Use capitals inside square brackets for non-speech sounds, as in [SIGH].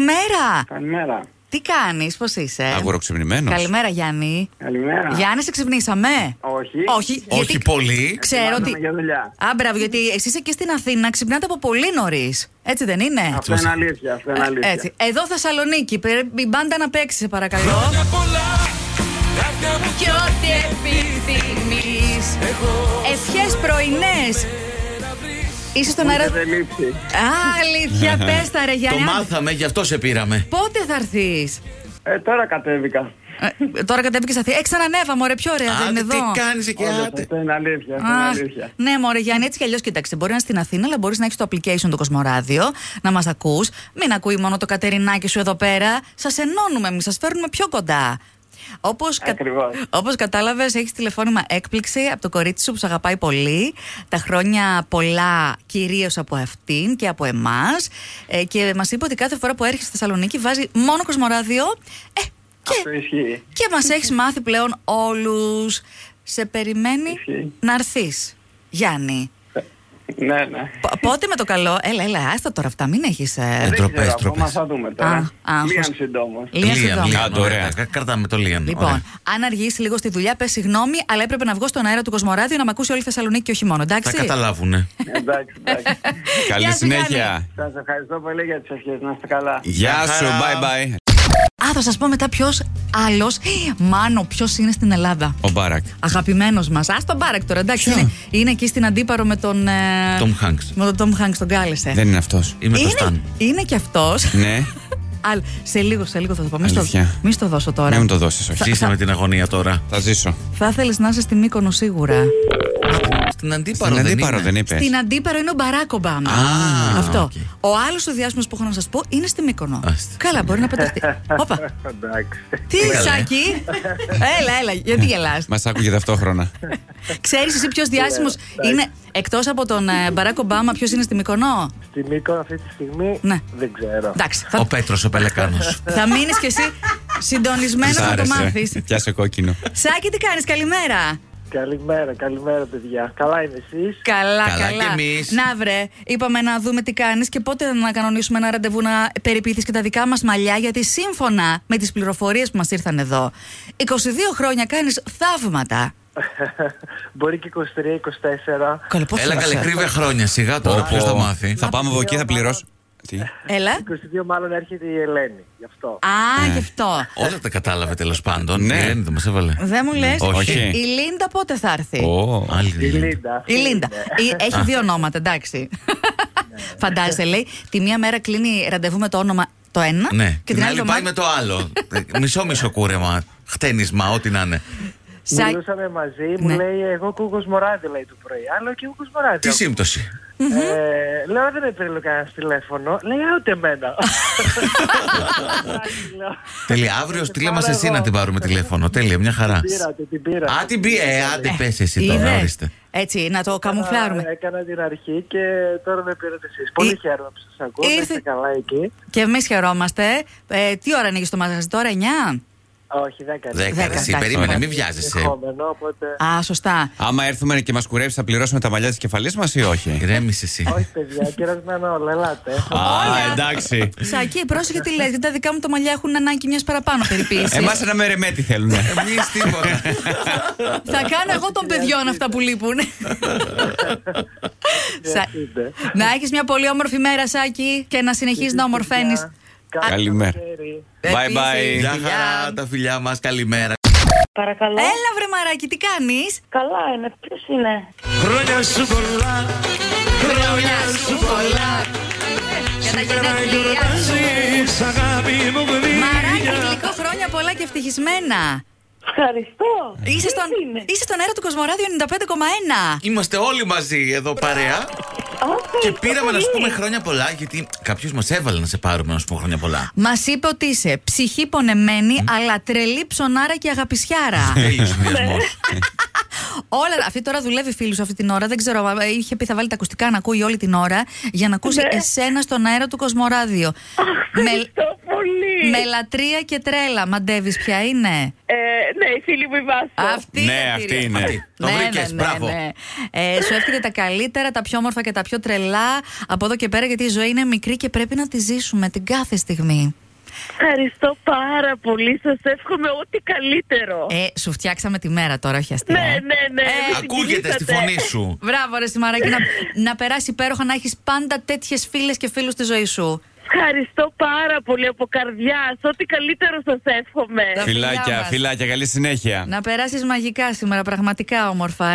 Καλημέρα! Καλημέρα. Τι κάνεις, πώς είσαι. Αγοροξυπνημένος. Ε, Καλημέρα, Γιάννη. Καλημέρα. Γιάννη, σε ξυπνήσαμε. Όχι. Όχι, Όχι γιατί πολύ. Ξέρω Ετοιμάζομαι ότι. για δουλειά. Α, μπράβο, γιατί εσεί εκεί στην Αθήνα ξυπνάτε από πολύ νωρίς. Έτσι δεν Ε, είναι. Αυτό είναι αλήθεια. Αυτό είναι αλήθεια. Ε, Έτσι. Εδώ Θεσσαλονίκη, πρέπει η μπάντα να παίξει, σε παρακαλώ. Και ό,τι επιθυμεί. Ευχές πρωινές. Είσαι στον αέρα. Δεν λείψει. Α, αλήθεια, πες τα ρε Το Γιάννη. μάθαμε, γι' αυτό σε πήραμε. Πότε θα έρθεις. Ε, τώρα κατέβηκα. τώρα κατέβηκε στα θεία. Ε, ξανανέβα, μωρέ, πιο ωραία δεν είναι Άντε, εδώ. τι κάνεις εκεί, Όντως, άντε. Αυτό είναι αλήθεια. Αυτό είναι Αχ, αλήθεια. ναι, μωρέ Γιάννη, έτσι κι αλλιώς κοίταξε. Μπορεί να είσαι στην Αθήνα, αλλά μπορείς να έχεις το application του Κοσμοράδιο, να μας ακούς. Μην ακούει μόνο το κατερινάκι σου εδώ πέρα. Σας ενώνουμε εμείς, σας φέρνουμε πιο κοντά. Όπως Ακριβώς. όπως κατάλαβες, έχεις τηλεφώνημα έκπληξη από το κορίτσι σου που σε αγαπάει πολύ. Τα χρόνια πολλά κυρίως από αυτήν και από εμάς. και μας είπε ότι κάθε φορά που έρχεσαι στη Θεσσαλονίκη βάζει μόνο Κοσμοράδιο. Ε, και Αυτό ισχύει. και μας έχεις μάθει πλέον όλους. Σε περιμένει Ισχύει. να έρθεις, Γιάννη. Ναι, ναι. Πο- Πότε με το καλό. Έλα, έλα, άστα τώρα αυτά. Μην έχεις. Ε, Δεν τροπές, ξέρω, τροπές. ακόμα θα δούμε Α, τώρα. α, Λίαν αχώς. συντόμω. Λίαν συντόμως. Λίαν. Άντε, ωραία. Κα- Κρατάμε το Λίαν. Λοιπόν, Ωραία. αν αργήσει λίγο στη δουλειά, πες συγγνώμη, αλλά έπρεπε να βγω στον αέρα του Κοσμοράδιο να με ακούσει όλη η Θεσσαλονίκη και όχι μόνο. Θα Εντάξει. καταλάβουνε. Ε. Εντάξει, εντάξει. [LAUGHS] Καλή Γεια σου, Γιάννη. συνέχεια. Σας ευχαριστώ πολύ για τις ευχές. Να είστε καλά. Γεια Γεια σου, bye χαρά. bye. Α, θα σας πω μετά ποιος άλλος. [GASPS] Μάνο, ποιος είναι στην Ελλάδα. Ο Μπάρακ. Αγαπημένος μας. Α τον Μπάρακ τώρα, εντάξει. Ποιο? Είναι, είναι εκεί στην αντίπαρο με τον. ε, Tom Hanks. Με τον Τόμ Χάγκ, τον κάλεσε. Ε. Δεν είναι αυτός. Είμαι το είναι, Σταν. είναι και αυτός. Ναι. Αλλά σε λίγο, σε λίγο θα το πω. Μη στο, Αλήθεια. Ναι, μη στο δώσω τώρα. Μην μου το δώσεις, όχι. Ζήσαμε την αγωνία τώρα. Θα ζήσω. Θα ήθελε να είσαι στη Μύκονο σίγουρα. Στην αντίπαρο Στην δεν αντίπαρο είναι. Ναι, δεν είπες. Στην αντίπαρο είναι ο Μπαράκ Ομπάμα. Α, Αυτό. οκ. Ο άλλος ο διάσημος που έχω να σας πω είναι στη Μύκονο. Α, στη- Καλά, μπορεί να [LAUGHS] παντρευτεί. Όπα. Εντάξει. Τι, Καλέ. Σάκη. έλα, έλα, γιατί γελάς. Μας άκουγε ταυτόχρονα. Ξέρεις εσύ ποιος διάσημος είναι εκτός από τον ε, Μπαράκ Ομπάμα, ποιος είναι στη Μύκονο. Στη Μήκο αυτή τη στιγμή Ναι. δεν ξέρω. Εντάξει, Ο θα, Πέτρος ο Πελεκάνος. θα μείνεις κι εσύ συντονισμένος Της να το άρεσε. μάθεις. Πιάσε κόκκινο. Σάκη, τι κάνεις, καλημέρα. Καλημέρα, καλημέρα, παιδιά. Καλά είναι εσείς. Καλά, καλά. Καλά κι εμείς. Να βρε, είπαμε να δούμε τι κάνεις και πότε να κανονίσουμε ένα ραντεβού να περιποιηθείς και τα δικά μας μαλλιά. Γιατί σύμφωνα με τις πληροφορίες που μας ήρθαν εδώ, 22 χρόνια κάνεις θαύματα. [LAUGHS] Μπορεί και 23-24. Καλέ, [LAUGHS] πώς Έλα, είσαι. καλέ, κρύβε χρόνια. Σιγά τώρα. Πω, Ποιος πω. θα μάθει. Θα πάμε από εκεί, θα πληρώσω. Τι. Έλα. 22 μάλλον έρχεται η Ελένη. Γι' αυτό. Ναι. Α, γι' αυτό. Όλα τα κατάλαβε τέλος πάντων. Ναι. Η Ελένη δεν μας έβαλε. Ναι, Δεν μου λες. Όχι. Η Λίντα πότε θα έρθει. Ω. Άλλη Η δεν είναι. Λίντα. αυτή Η Λίντα. είναι. Η- Έχει δύο ονόματα, εντάξει. Φαντάζεσαι, λέει, τη μία μέρα κλείνει ραντεβού με το όνομα το ένα Ναι, και την άλλη πάει εβδομάδα. με το άλλο. [LAUGHS] Μισό-μισό κούρεμα. Χτένισμα, ό,τι να είναι. Σα- Μιλούσαμε μαζί, μου Ναι. λέει εγώ ακούω Κοσμοράδιο λέει το πρωί. Άλλο και εγώ Κοσμοράδιο. Τι σύμπτωση. Ε, λέω δεν με πήρε κανένα τηλέφωνο. Λέει «Α, ούτε εμένα. Λέω, Τέλεια. Αύριο στείλε μα πάρω εσύ εγώ. να την πάρουμε τηλέφωνο. Τέλεια, μια χαρά. Πήρατε, την πήρα. Α, την πει. Ε, άντε, πες εσύ τώρα, είδες. ορίστε. Έτσι, να το καμουφλάρουμε. Έκανα την αρχή και τώρα με πήρατε εσείς. Πολύ Ή- χαίρομαι που σας ακούω. Ήρθε- Ήρθε... Είστε καλά εκεί. Και εμείς χαιρόμαστε. Ε, τι ώρα ανοίγεις το μαγαζί τώρα, 9? Όχι, δεν έκανα. Δέκα, Δέκα, εσύ, εντάξει, περίμενε, ωραία. μην βιάζεσαι. Ευχόμενο, οπότε... Α, σωστά. Άμα έρθουμε και μας κουρέψεις, θα πληρώσουμε τα μαλλιά της κεφαλής μας ή Ε. όχι. Ηρέμησε εσύ. Όχι παιδιά, κερασμένα όλα, ελάτε. Α, εντάξει. Σακί, πρόσεχε τι λες, γιατί τα δικά μου τα μαλλιά έχουν ανάγκη μιας παραπάνω περιποίησης. Εμάς ένα μερεμέτι θέλουν. Ε, Εμείς τίποτα. Θα κάνω εγώ των παιδιών αυτά που λείπουν. Σα- Ευχαριστείτε. Να έχεις μια πολύ όμορφη μέρα, Σάκη, και να συνεχίζεις να ομορφαίνεις. Καλό Καλημέρα. καλοκαίρι. Bye bye. Γεια χαρά, τα φιλιά μας, καλημέρα. Παρακαλώ. Έλα, βρε μαράκι, τι κάνεις. Καλά είναι. Ποιος είναι. Χρόνια σου πολλά, χρόνια σου πολλά. Σήμερα γιορτάζεις αγάπη μου Μαράκι, γλυκιά. γλυκό χρόνια πολλά και ευτυχισμένα. Ευχαριστώ. Ε, Είσαι Τι στον, είναι? είσαι στον αέρα του Κοσμοράδιο 95,1. Είμαστε όλοι μαζί εδώ παρέα Α, και ευχαριστώ πήραμε να σου πολύ. πούμε χρόνια πολλά γιατί κάποιος μας έβαλε να σε πάρουμε να σου πούμε χρόνια πολλά. Μας είπε ότι είσαι ψυχή πονεμένη, αλλά τρελή ψωνάρα και αγαπησιάρα. Τέλειος συνδυασμός. Όλα, αυτή τώρα δουλεύει φίλη σου αυτή την ώρα. Δεν ξέρω, ε, είχε πει θα βάλει τα ακουστικά να ακούει όλη την ώρα για να ακούσει Ναι. εσένα στον αέρα του Κοσμοράδιο. με, Ευχαριστώ πολύ. με λατρεία και τρέλα, μαντεύεις ποια είναι. Ε, ναι, η φίλη μου η Βάσο. Αυτή Ναι, είναι, αυτή κύριε. είναι. Αυτή. Το βρήκες, μπράβο. ναι, Ε, σου εύχεται τα καλύτερα, τα πιο όμορφα και τα πιο τρελά από εδώ και πέρα, γιατί η ζωή είναι μικρή και πρέπει να τη ζήσουμε την κάθε στιγμή. Ευχαριστώ πάρα πολύ. Σας εύχομαι ό,τι καλύτερο. Ε, σου φτιάξαμε τη μέρα τώρα, όχι αστεία. ναι, ε. ναι, ναι. Ε, με Ακούγεται στη συγκινήσατε. φωνή σου. Μπράβο, ρε Σιμαράκη, να, να περάσει υπέροχα να έχεις πάντα τέτοιες φίλες και φίλους στη ζωή σου. Ευχαριστώ πάρα πολύ από καρδιά. Ό,τι καλύτερο σας εύχομαι. Τα φιλιά Φιλάκια, μας. φιλάκια, καλή συνέχεια. Να περάσεις μαγικά σήμερα, πραγματικά όμορφα. ε.